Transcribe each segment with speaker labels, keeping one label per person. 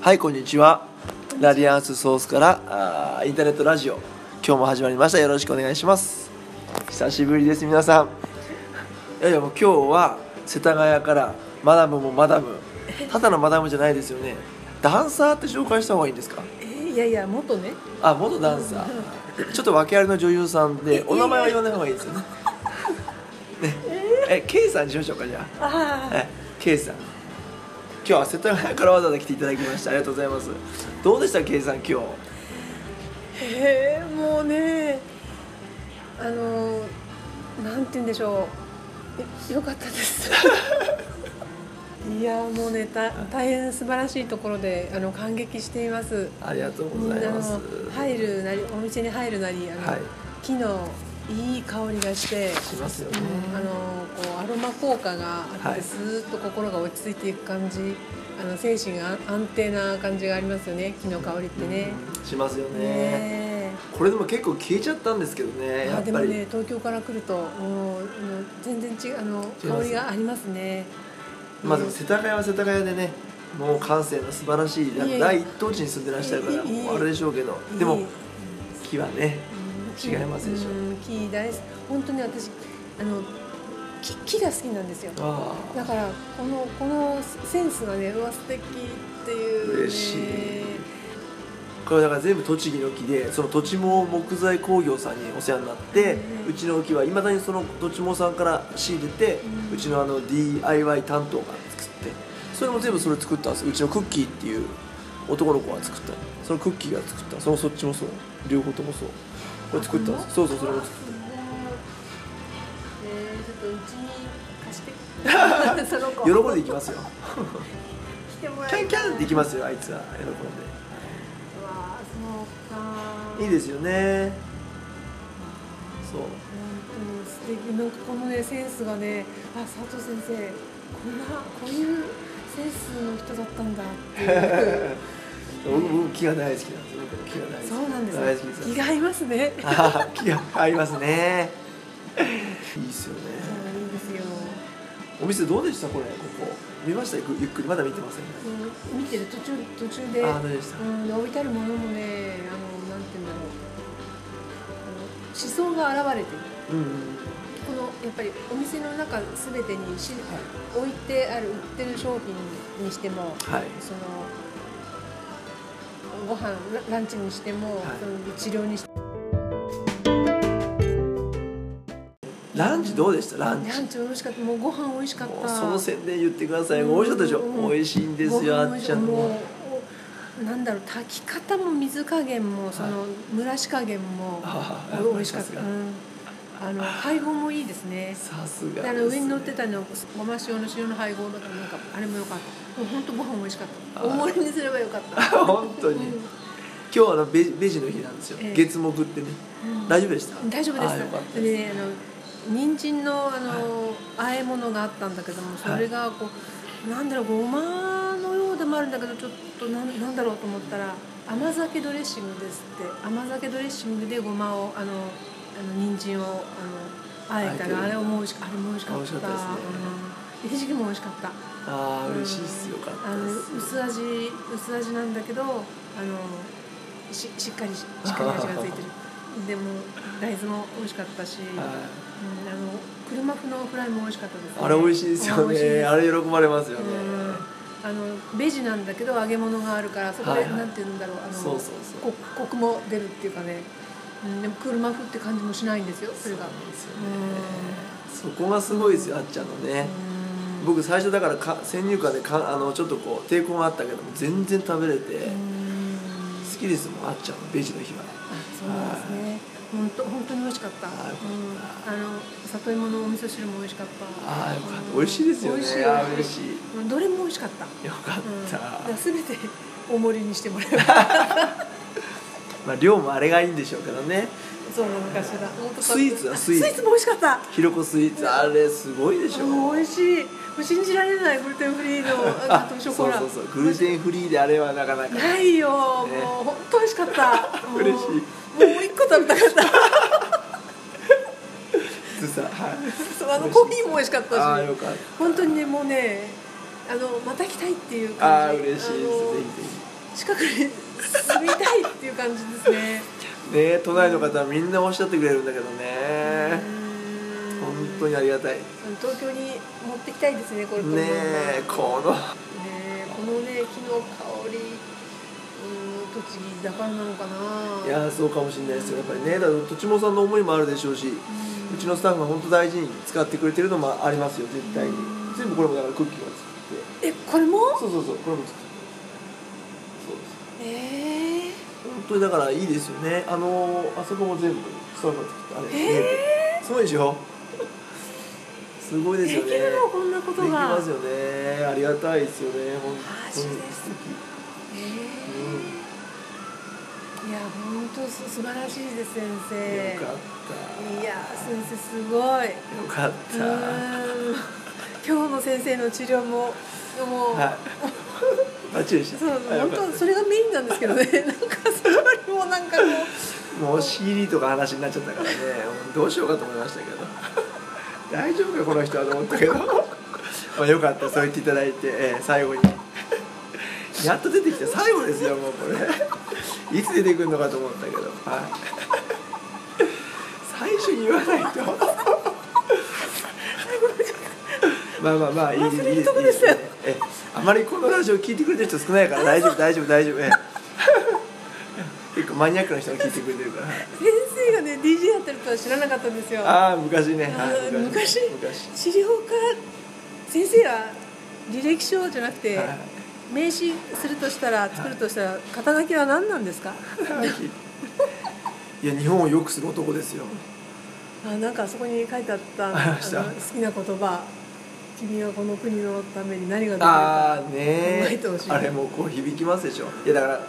Speaker 1: はいこんにちはラディアンスソースからあーインターネットラジオ今日も始まりましたよろしくお願いします久しぶりです皆さんいやいやもう今日は世田谷からマダムもマダムただのマダムじゃないですよねダンサーって紹介した方がいいんですか
Speaker 2: えーいやいや元ね
Speaker 1: あ元ダンサーちょっと訳ありの女優さんでお名前は言わない方がいいですよねねえ K さんにしましょうかじゃあ
Speaker 2: あ
Speaker 1: はい、ケイさん今日は世田谷からわざわざ来ていただきましたありがとうございますどうでしたケイさん今日
Speaker 2: へえもうねあのーなんて言うんでしょうえよかったですいやもうねた大変素晴らしいところであの感激しています
Speaker 1: ありがとう
Speaker 2: みん
Speaker 1: ござい
Speaker 2: な
Speaker 1: ます
Speaker 2: の入るなりお店に入るなりあの、
Speaker 1: はい
Speaker 2: 木のいい香りがして
Speaker 1: しますよね、
Speaker 2: うんあのこうアロマ効果があって、
Speaker 1: はい
Speaker 2: スーッと心が落ち着いていく感じあの精神が安定な感じがありますよね木の香りってね。
Speaker 1: しますよね
Speaker 2: ね
Speaker 1: これでも結構消えちゃったんですけどね
Speaker 2: え
Speaker 1: や
Speaker 2: あ
Speaker 1: っ
Speaker 2: で
Speaker 1: ぱ
Speaker 2: も
Speaker 1: り、
Speaker 2: ね東京から来るともうもう全然違うあの
Speaker 1: 違います
Speaker 2: 香りがありますね。
Speaker 1: まあでも世田谷は世田谷でねもう感性の素晴らしい
Speaker 2: いえいえ
Speaker 1: 第一等地に住んでらっしゃるから
Speaker 2: いえいえ
Speaker 1: もうあれでしょうけど
Speaker 2: いい
Speaker 1: でも木はね
Speaker 2: う
Speaker 1: 違
Speaker 2: ん
Speaker 1: いますでしょ
Speaker 2: うん木大好き本当に私あの木木が好きなんですよ。
Speaker 1: ああ
Speaker 2: だからこのこのセンスがねうわ素敵っていう、ね、
Speaker 1: 嬉しいこれだから全部栃木の木でその土地も木材工業さんにお世話になって、
Speaker 2: うん
Speaker 1: うちの木はいまだにその土地もさんから仕入れて、う
Speaker 2: うん
Speaker 1: ちのあの DIY 担当が作ってそれも全部それ作ったんですうちのクッキーっていう男の子が作ったそのクッキーが作ったそのそっちもそう両方ともそうこれ作ったんですそうそうそれも作っ
Speaker 2: すごいえー、ちょっとうちに貸して その子
Speaker 1: た喜んでいきますよ
Speaker 2: 来てもらえ
Speaker 1: キ
Speaker 2: たら
Speaker 1: ャンキャンっていきますよあいつは喜ん
Speaker 2: うわそうか
Speaker 1: でいい
Speaker 2: す
Speaker 1: ですよねそう
Speaker 2: 素敵なんかこのねセンスがねあ佐藤先生こんなこういうセンスの人だったんだって いう
Speaker 1: 僕僕木が大好きなんですよ僕木が大好き
Speaker 2: そうなんです
Speaker 1: 大好きです
Speaker 2: 気が合いますね
Speaker 1: あー気が合いますねいいっすよね
Speaker 2: うんいいですよ
Speaker 1: お店どうでしたこれここ見ましたゆっくゆっくりまだ見てません、
Speaker 2: うん見てる途中途中で
Speaker 1: ああー大丈夫でした
Speaker 2: うん、置いてあるものもねあのなんて言うんだろうあの思想が現れて
Speaker 1: う
Speaker 2: る
Speaker 1: んうん
Speaker 2: このやっぱりお店の中すべてにし置いてある売ってる商品にしても
Speaker 1: はい
Speaker 2: そのご飯ラランチにしても、
Speaker 1: はい
Speaker 2: その治療にしても
Speaker 1: ランチどうでしたランチ
Speaker 2: ランチ美味しかったもうご飯美味しかっ
Speaker 1: もう
Speaker 2: た
Speaker 1: その宣伝言ってください美味しかったでしょ
Speaker 2: うん
Speaker 1: 美味しいんですよ
Speaker 2: ご
Speaker 1: あ
Speaker 2: 飯
Speaker 1: っ
Speaker 2: 美味し
Speaker 1: ちゃん
Speaker 2: もう
Speaker 1: の
Speaker 2: おなんだろう炊き方も水加減もその蒸らし加減も
Speaker 1: あー
Speaker 2: 美味しかっ
Speaker 1: さす
Speaker 2: た、
Speaker 1: が
Speaker 2: うん、あの配合もいいですね
Speaker 1: さす
Speaker 2: で
Speaker 1: が
Speaker 2: あの
Speaker 1: ですね
Speaker 2: 上に乗ってたのごま塩の塩の配合だったなんかあれも良かったもう本当ご飯美味しかった
Speaker 1: あー
Speaker 2: 大盛りにすればよかった、
Speaker 1: 本当に
Speaker 2: うん
Speaker 1: 今日あのベジベジの日なんですよ
Speaker 2: ええ
Speaker 1: 月木ってね
Speaker 2: うん
Speaker 1: 大丈夫でした
Speaker 2: 大丈夫で
Speaker 1: あ
Speaker 2: す
Speaker 1: ーよかった
Speaker 2: で
Speaker 1: です
Speaker 2: ねあの人参のあの、和え物があったんだけどもそれがこう、なんだろうごまのようでもあるんだけどちょっとなんなんだろうと思ったら甘酒ドレッシングですって甘酒ドレッシングでごまをあのあの人参をあの和えた
Speaker 1: 和えてる
Speaker 2: らあれも美味しあれも美味しかった
Speaker 1: 美味しかったですね
Speaker 2: うん、ひじきも美味しかった
Speaker 1: ああ嬉しいっすよかっ
Speaker 2: あ
Speaker 1: た
Speaker 2: の
Speaker 1: です
Speaker 2: 薄味薄味なんだけどあのししっかりししっかり味がつ いてるでも大豆も美味しかったし、うん、あの
Speaker 1: はい
Speaker 2: 車風のフライも美味しかったです、
Speaker 1: あれ美味しいですよ
Speaker 2: 美味しい
Speaker 1: ね
Speaker 2: です
Speaker 1: あれ喜ばれますよね
Speaker 2: うんあのベジなんだけど揚げ物があるからそこ
Speaker 1: はい
Speaker 2: で、
Speaker 1: はい
Speaker 2: なんて言うんだろうあの
Speaker 1: そうそうそう
Speaker 2: こコクも出るっていうかね、うん、でも車風って感じもしないんですよそれが
Speaker 1: そうですよ
Speaker 2: う
Speaker 1: ね
Speaker 2: ん
Speaker 1: そこがすごいですよあっちゃんのね
Speaker 2: うん
Speaker 1: 僕最初だからか先入観でかあのちょっとこう抵抗があったけども全然食べれて
Speaker 2: うん
Speaker 1: 好きですもんあっちゃんのベジの日は
Speaker 2: あそうなんですね。本当本当に美味しかった。
Speaker 1: あよかった
Speaker 2: うん、あの里芋のお味噌汁も美味しかった。
Speaker 1: ああよかっ
Speaker 2: う
Speaker 1: た
Speaker 2: ん
Speaker 1: 美味しいですよね
Speaker 2: 美味しい
Speaker 1: あー嬉しい
Speaker 2: うんどれも美味しかった。
Speaker 1: よかっ
Speaker 2: うん、だ
Speaker 1: た、
Speaker 2: から全てお盛りにしてもらえ ば。
Speaker 1: まあ量もあれがいいんでしょうけどね
Speaker 2: そうなのかしら。本当
Speaker 1: スイーツはスイーツ
Speaker 2: スイーツも美味しかった。
Speaker 1: ひろこスイーツあれすごいでしょ
Speaker 2: もう美味しい。もう信じられないグルテンフリーの あ
Speaker 1: あ
Speaker 2: のシ
Speaker 1: そ
Speaker 2: ョ
Speaker 1: うそ
Speaker 2: コ
Speaker 1: う
Speaker 2: ラ。
Speaker 1: そうグルテンフリーであれはなかな か
Speaker 2: ないよ。もう
Speaker 1: ね
Speaker 2: 本当美味しかった。もう
Speaker 1: 嬉しい
Speaker 2: もう一個食べ たかった。
Speaker 1: ずさはい
Speaker 2: そうあのコーヒーも美味しかったし。
Speaker 1: ああよかった
Speaker 2: 本当にねもうねあのまた来たいっていう
Speaker 1: ああ
Speaker 2: 感じ
Speaker 1: 嬉しいですぜひぜ
Speaker 2: あ近くに住みたいっていう感じですね。
Speaker 1: ね都内の方はみんなおっしゃってくれるんだけどね本
Speaker 2: 本
Speaker 1: 当にありがたいね
Speaker 2: 東京に持ってきたいですねこれこのまま
Speaker 1: えこの
Speaker 2: ねえこのね木の香りうん栃木だからなのかない
Speaker 1: いやーそうかもしれないですよやっぱりねだから土地もさんの思いもあるでしょうしうちのスタッフが本当大事に使ってくれてるのもありますよ絶対に全部これもだからクッキーが作って
Speaker 2: えこれも
Speaker 1: そうそうそうこれも作ってそうです
Speaker 2: え
Speaker 1: 本当にだからいいですよねあのーあそこも全部そういうの作ってあれ、
Speaker 2: え
Speaker 1: すごいでしょすごい
Speaker 2: ー、
Speaker 1: です
Speaker 2: で
Speaker 1: よね
Speaker 2: きるのこんなこと
Speaker 1: でき
Speaker 2: が
Speaker 1: ますよねありがたいですよね本
Speaker 2: マ
Speaker 1: 当
Speaker 2: ジ
Speaker 1: に
Speaker 2: ですえーいや本当す素晴らしいです先生
Speaker 1: よかっ
Speaker 2: いや先生すごい
Speaker 1: たよかっ
Speaker 2: う
Speaker 1: た
Speaker 2: ーん今日の先生の治療ももう、
Speaker 1: はいバッチリでした
Speaker 2: そう
Speaker 1: あよ
Speaker 2: 本
Speaker 1: かっ
Speaker 2: 当それがメインなんですけどね なんかそれよりもなんかこう
Speaker 1: たもう CD とか話になっちゃったからねもうどうしようかと思いましたけど 大丈夫かこの人はと思ったけど まあよかったそう言っていただいて、えー最後にやっと出てきた最後ですよもうこれいつ出てくるのかと思ったけどはい最初に言わないとまあまあまあいい
Speaker 2: 忘れるとこですよ
Speaker 1: いいええあまりこのラジオ聞いてくれてる人少ないから大丈夫大丈夫大丈夫ええ結構マニアックな人が聞いてくれてるからはい
Speaker 2: 先生がね DJ やってるとは知らなかったんですよ
Speaker 1: ああ昔ね
Speaker 2: あ
Speaker 1: はい
Speaker 2: ー昔
Speaker 1: 昔
Speaker 2: 治療科先生は履歴書じゃなくて、
Speaker 1: はい
Speaker 2: 名刺するとしたら作るとしたら肩書きは何なんですか
Speaker 1: いや日本を良くする男ですよ
Speaker 2: あなんかあそこに書いてあった
Speaker 1: ありました
Speaker 2: の好きな言葉君はこの国のために何ができるか
Speaker 1: ああね
Speaker 2: 考えてほしい
Speaker 1: あれもうこう響きますでしょいやだから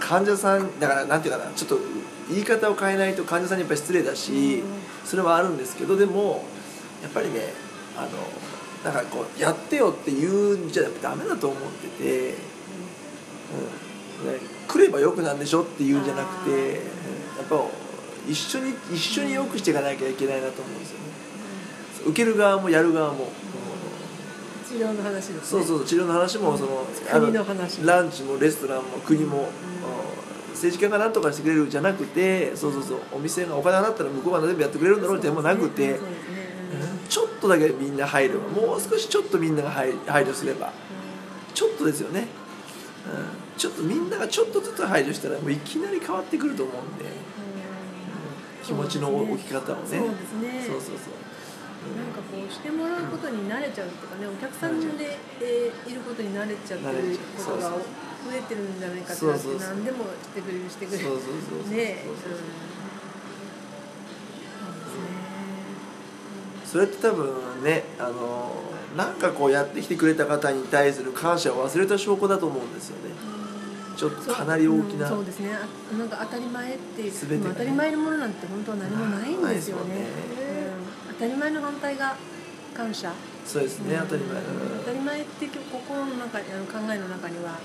Speaker 1: 患者さんだからなんていうかなちょっと言い方を変えないと患者さんにやっぱり失礼だし、
Speaker 2: うん
Speaker 1: それはあるんですけどでもやっぱりねあのなんかこうやってよって言うんじゃダメだと思ってて、うんね、来ればよくなんでしょって言うんじゃなくて、
Speaker 2: あー
Speaker 1: うんやっぱ一緒に一緒によくしていかなきゃいけないなと思うんですよね受ける側もやる側も、
Speaker 2: 治療の話ですね
Speaker 1: そうそうそう治療の話もその
Speaker 2: うん国の話
Speaker 1: あのランチもレストランも国も、
Speaker 2: うん
Speaker 1: うん政治家が何とかしてくれるじゃなくてそうそうそうお店がお金払ったら向こうが全部やってくれるんだろうってでもなくて、
Speaker 2: そうですね
Speaker 1: ちょっとだけみんな配慮もう少しちょっとみんなが配配慮すればちょっとですよね、うん、ちょっとみんながちょっとずつ配慮したらもういきなり変わってくると思うんで、うん気持ちの置き方をね
Speaker 2: そうですね
Speaker 1: そうそうそう
Speaker 2: なんかこうしてもらうことに慣れちゃうっていうかねお客さんで、えーいることに慣れちゃって
Speaker 1: 慣れ
Speaker 2: る
Speaker 1: ちゃうそ
Speaker 2: こと
Speaker 1: う
Speaker 2: が
Speaker 1: そう
Speaker 2: 増えてるんじゃないかって
Speaker 1: そう
Speaker 2: なっ
Speaker 1: そう
Speaker 2: て
Speaker 1: そう
Speaker 2: 何でもしてくれるしてく
Speaker 1: そう
Speaker 2: れ
Speaker 1: そう
Speaker 2: る
Speaker 1: そうそう
Speaker 2: ねえ
Speaker 1: そうそうそう
Speaker 2: う
Speaker 1: それって多分ねあのなんかこうやってきてくれた方に対する感謝を忘れた証拠だと思うんですよねちょっ
Speaker 2: ん
Speaker 1: とかなり大きな
Speaker 2: そううんそうですねあなんか当たり前っていう
Speaker 1: 全てがね
Speaker 2: まあ当たり前のものなんて本当は何もないんですよね
Speaker 1: ないですもんね
Speaker 2: うん当たり前の反対が感謝
Speaker 1: そうですね
Speaker 2: うん
Speaker 1: 当たり前だか
Speaker 2: 当たり前っていう心の中にあの考えの中には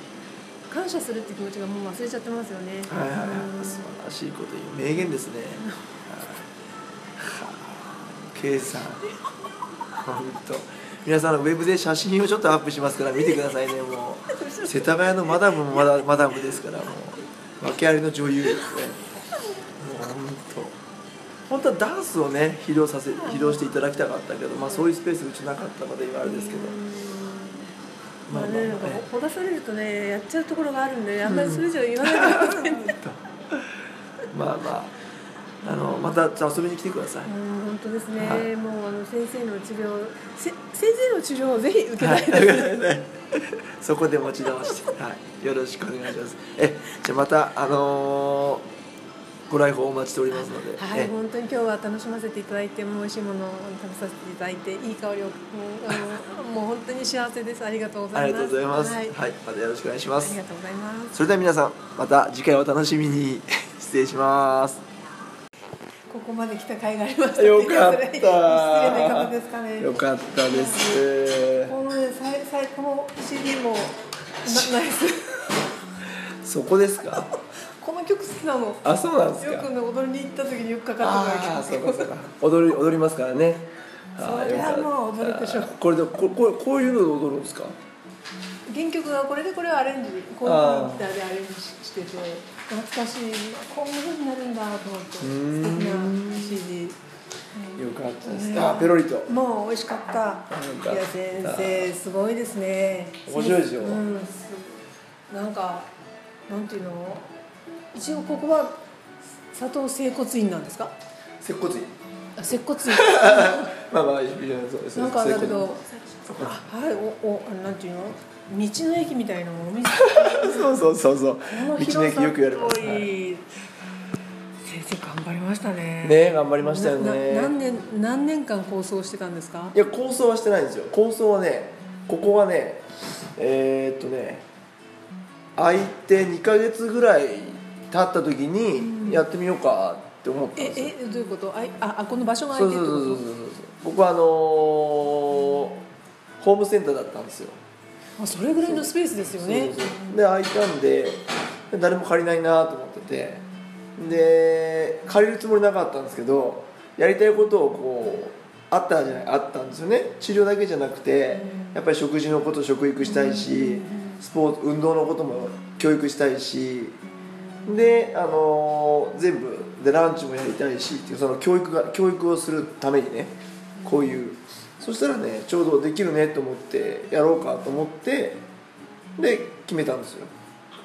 Speaker 2: 感謝するって気持ちがもう忘れちゃってますよね
Speaker 1: らはいはいは
Speaker 2: う
Speaker 1: い
Speaker 2: ん
Speaker 1: 素晴らしいこと言う名言ですね圭さん本当皆さんウェブで写真をちょっとアップしますから見てくださいねもう世田谷のマダムもマダマダムですからもう訳ありの女優ですねもう本当本当はダンスをね披露させ披露していただきたかったけど、まあ、そういうスペースうちなかったので今あれですけど
Speaker 2: まあ
Speaker 1: まあまあ
Speaker 2: ね、なんか
Speaker 1: ね
Speaker 2: ほだされるとね、やっちゃうところがあるんで、あんまりそれ以上言わないでくださいね。
Speaker 1: まあまああのまた遊びに来てください、
Speaker 2: うん、本当ですね、
Speaker 1: はい
Speaker 2: もうあの先生の治療、せ先生の治療をぜひ受けた
Speaker 1: はい
Speaker 2: です。
Speaker 1: い、そこで持ち直して、はい、よろしくお願いします。え、じゃあまたあのーご来訪お待ちしておりますので、
Speaker 2: はい、
Speaker 1: え
Speaker 2: 本当に今日は楽しませていただいて、もう美味しいものを食べさせていただいて、いい香りを、もうあのもう本当に幸せです。ありがとうございます。
Speaker 1: ありがとうございます。は、
Speaker 2: はいい、あ
Speaker 1: またよろしくお願いします
Speaker 2: りが。とうございます。
Speaker 1: それでは皆さんまた次回お楽しみに失礼します。
Speaker 2: ここまで来た甲斐がありました。
Speaker 1: よかった
Speaker 2: 失礼な方ですかね。
Speaker 1: よかったです。
Speaker 2: このね、さい最この CD もなナイス。
Speaker 1: そこですか。
Speaker 2: この曲好きなの。よ
Speaker 1: あ、そうなんです
Speaker 2: く
Speaker 1: か。
Speaker 2: ね踊りに行った時によくかかってく
Speaker 1: ああ、そ
Speaker 2: る
Speaker 1: う
Speaker 2: 曲。
Speaker 1: かそうか。踊り踊りますからね。
Speaker 2: それはもう踊るでしょう
Speaker 1: あーよかったこれでこここういうので踊るんですか。
Speaker 2: 原曲がこれでこれをアレンジこういうギターでアレンジしてて懐かしいこんなふうになるんだと思って素
Speaker 1: う
Speaker 2: 敵
Speaker 1: ーん
Speaker 2: な CD
Speaker 1: よかったですあペロリと
Speaker 2: もう美味しかったいや先生すごいですね
Speaker 1: 面白いですよ
Speaker 2: うん、すなんかなんていうの一応ここは佐藤整骨院なんですか
Speaker 1: 接骨院
Speaker 2: あ接骨院
Speaker 1: まあまあいいじゃないそうです
Speaker 2: なんかだけどあはいおおあなんていうの道の駅みたいなお店こ
Speaker 1: そうそうそうそう
Speaker 2: の広
Speaker 1: 道の
Speaker 2: さ
Speaker 1: 駅よくやります
Speaker 2: っぽい
Speaker 1: はい
Speaker 2: 先生頑張りましたね
Speaker 1: ね頑張りましたよ
Speaker 2: な何
Speaker 1: ね
Speaker 2: 年何年間構想してたんですか
Speaker 1: いや構想はしてないんですよ構想はねここはねえーっとね空いて2か月ぐらい経った時にやってみようかって思ったん
Speaker 2: え
Speaker 1: ですよ
Speaker 2: えどういうことあいああこの場所が
Speaker 1: そう
Speaker 2: 空いて
Speaker 1: そ
Speaker 2: る
Speaker 1: う
Speaker 2: っ
Speaker 1: そう
Speaker 2: てこ
Speaker 1: そうそう
Speaker 2: と
Speaker 1: 僕はあのーホームセンターだったんですよ
Speaker 2: あそれぐらいのスペースですよね
Speaker 1: そうそうで空いたんで誰も借りないなと思っててで借りるつもりなかったんですけどやりたいことをこうあったじゃないあったんですよね治療だけじゃなくてやっぱり食事のこと食育したいしスポーツ運動のことも教育したいしで、あのー全部でランチもやりたいしっていうその教育が教育をするためにねこういうそしたらねちょうどできるねと思ってやろうかと思ってで決めたんですよ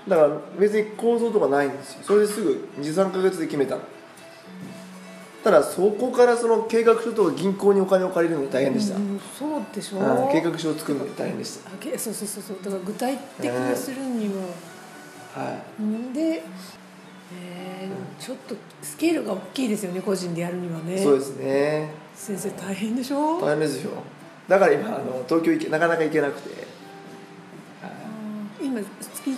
Speaker 1: だから別に構造とかないんですよそれですぐ23ヶ月で決めたのただそこからその計画書とか銀行にお金を借りるのが大変でした、
Speaker 2: うんそうでしょ
Speaker 1: はい計画書を作るのが大変でし
Speaker 2: あけそうそうそうそうだから具体的にするにも、
Speaker 1: たはい
Speaker 2: んで、えーちょっとスケールが大きいですよね個人でやるにはね
Speaker 1: そうですね
Speaker 2: 先生大変でしょ
Speaker 1: 大変ですよだから今あの東京行けなかなか行けなくて
Speaker 2: 今月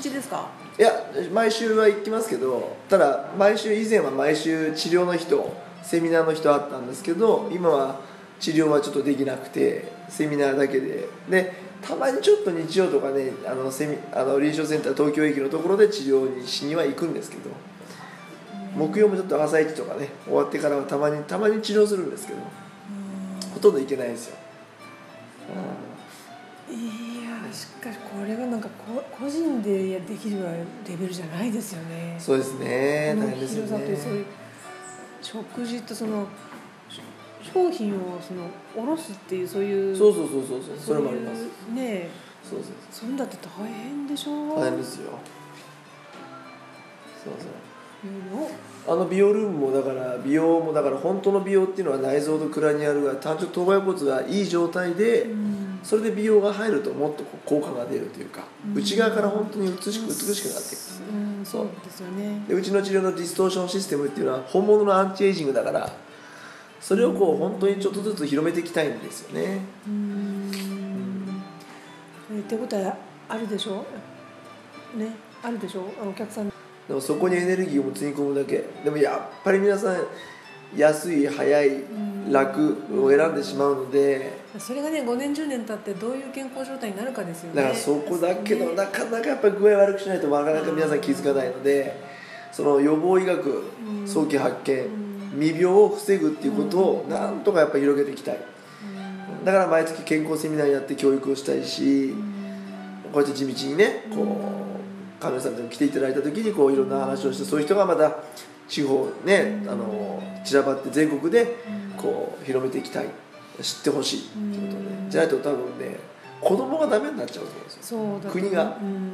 Speaker 2: 1ですか
Speaker 1: いや毎週は行きますけどただ毎週以前は毎週治療の人セミナーの人あったんですけど今は治療はちょっとできなくてセミナーだけででたまにちょっと日曜とかねあのセミあの臨床センター東京駅のところで治療にしには行くんですけど木曜もちょっと朝一とかね終わってからはたまにたまに治療するんですけどほとんど行けないんですよ
Speaker 2: いやしかしこれがなんかこ個人でやできるレベルじゃないですよね
Speaker 1: そうですね
Speaker 2: こ
Speaker 1: 大
Speaker 2: の
Speaker 1: 変ですよ
Speaker 2: 広さとそういう
Speaker 1: ね
Speaker 2: 食事とそのし商品をその卸すっていうそういう
Speaker 1: そう
Speaker 2: う
Speaker 1: そうそうそうそうそれもあります
Speaker 2: うねえ
Speaker 1: そうそうそう
Speaker 2: そんだって大変でしょ
Speaker 1: 大変ですよそう
Speaker 2: いうのを
Speaker 1: そうあの美容ルームもだから美容もだから本当の美容っていうのは内臓とクラニアルが単純頭蓋骨がいい状態で、
Speaker 2: うん
Speaker 1: それで美容が入るともっとこう効果が出るというか、内側から本当に美しく美しくなっていく
Speaker 2: うん
Speaker 1: そう
Speaker 2: そうですよね
Speaker 1: でうちの治療のディストーションシステムっていうのは本物のアンチエイジングだからそれをこう本当にちょっとずつ広めていきたいんですよね
Speaker 2: うんえってことはあるでしょねあるでしょあのお客さん
Speaker 1: でもそこにエネルギーをつぎ込むだけでもやっぱり皆さん安い早い楽を選んでしまうので
Speaker 2: それがね5年10年経ってどういう健康状態になるかですよね
Speaker 1: だからそこだけど
Speaker 2: ね
Speaker 1: なかなかやっぱり具合悪くしないとなかなか皆さん気づかないのでその予防医学
Speaker 2: うん
Speaker 1: 早期発見未病を防ぐっていうことをなんとかやっぱ広げていきたいだから毎月健康セミナーやって教育をしたいしこうやって地道にねこう神谷さんとも来ていただいた時にこういろんな話をしてそういう人がまた地方ねあの散らばって全国でこう広めていきたい知ってほしいってことねじゃないと多分ね子供がダメになっちゃうと思うんですよ
Speaker 2: そうだと
Speaker 1: 国が
Speaker 2: うん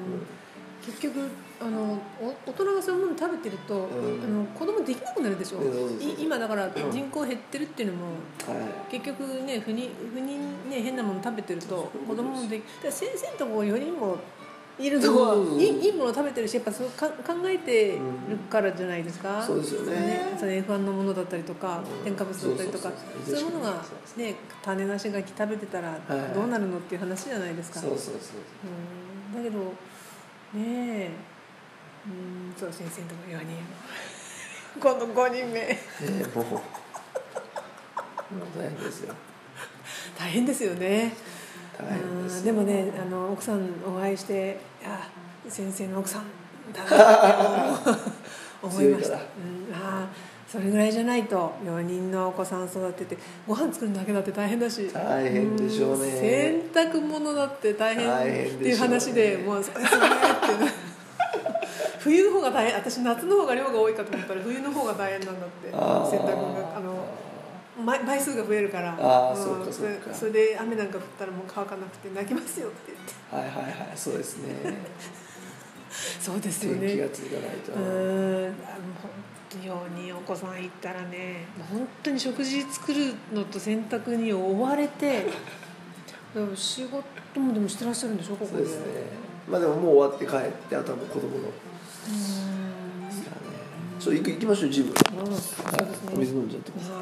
Speaker 2: 結局あのお大人がそういうもの食べてると、
Speaker 1: うん
Speaker 2: あの子供できなくなるでしょ、
Speaker 1: うんそうそうそう
Speaker 2: い今だから人口減ってるっていうのも
Speaker 1: はい
Speaker 2: 結局ね不妊不妊ね変なもの食べてると子供もできだから先生のとこ4人もいるのは、
Speaker 1: うん
Speaker 2: いいいいもの食べてるしやっぱそうか考えてるからじゃないですか、
Speaker 1: うんそうですよね
Speaker 2: その F1 のものだったりとか、
Speaker 1: うん
Speaker 2: 添加物だったりとか
Speaker 1: そうそうそうそう
Speaker 2: そういうものがね種なし柿食べてたら
Speaker 1: はい
Speaker 2: どうなるのっていう話じゃないですか、
Speaker 1: そうそうそう
Speaker 2: うんだけどねえうんそう先生のとこ4人 今度5人目
Speaker 1: ええもうもう大変ですよ
Speaker 2: 大変ですよね
Speaker 1: 大変です
Speaker 2: あ
Speaker 1: よ
Speaker 2: ーでもねあの奥さんお会いしてあ先生の奥さんだなって思い
Speaker 1: 強い
Speaker 2: ました
Speaker 1: から
Speaker 2: うん、あーそれぐらいじゃないと4人のお子さん育ててご飯作るだけだって大変だし
Speaker 1: 大変でしょうね
Speaker 2: ん洗濯物だって大
Speaker 1: 大
Speaker 2: 変っ
Speaker 1: 変
Speaker 2: てい
Speaker 1: でし
Speaker 2: う
Speaker 1: ょうね
Speaker 2: 話でもうそうですね って冬の方が大変私夏の方が量が多いかと思ったら冬の方が大変なんだって洗
Speaker 1: あー
Speaker 2: 濯があの枚枚数が増えるから
Speaker 1: あー
Speaker 2: ん
Speaker 1: そうかそうか
Speaker 2: それで雨なんか降ったらもう乾かなくて泣きますよって言って
Speaker 1: はいはいはいそうですね
Speaker 2: そうですよ
Speaker 1: 天気
Speaker 2: ね
Speaker 1: がつかないうと、
Speaker 2: ーんあの本当にお子さん行ったらね本当に食事作るのと洗濯に追われて でも仕事もでもしてらっしゃるんでしょここ
Speaker 1: そう
Speaker 2: で
Speaker 1: ですねまあでももう終わって帰ってあとはもう子供の
Speaker 2: うーん
Speaker 1: ちょっと行く行きましょうジム
Speaker 2: そうですね
Speaker 1: はいお水飲んじゃってください
Speaker 2: はい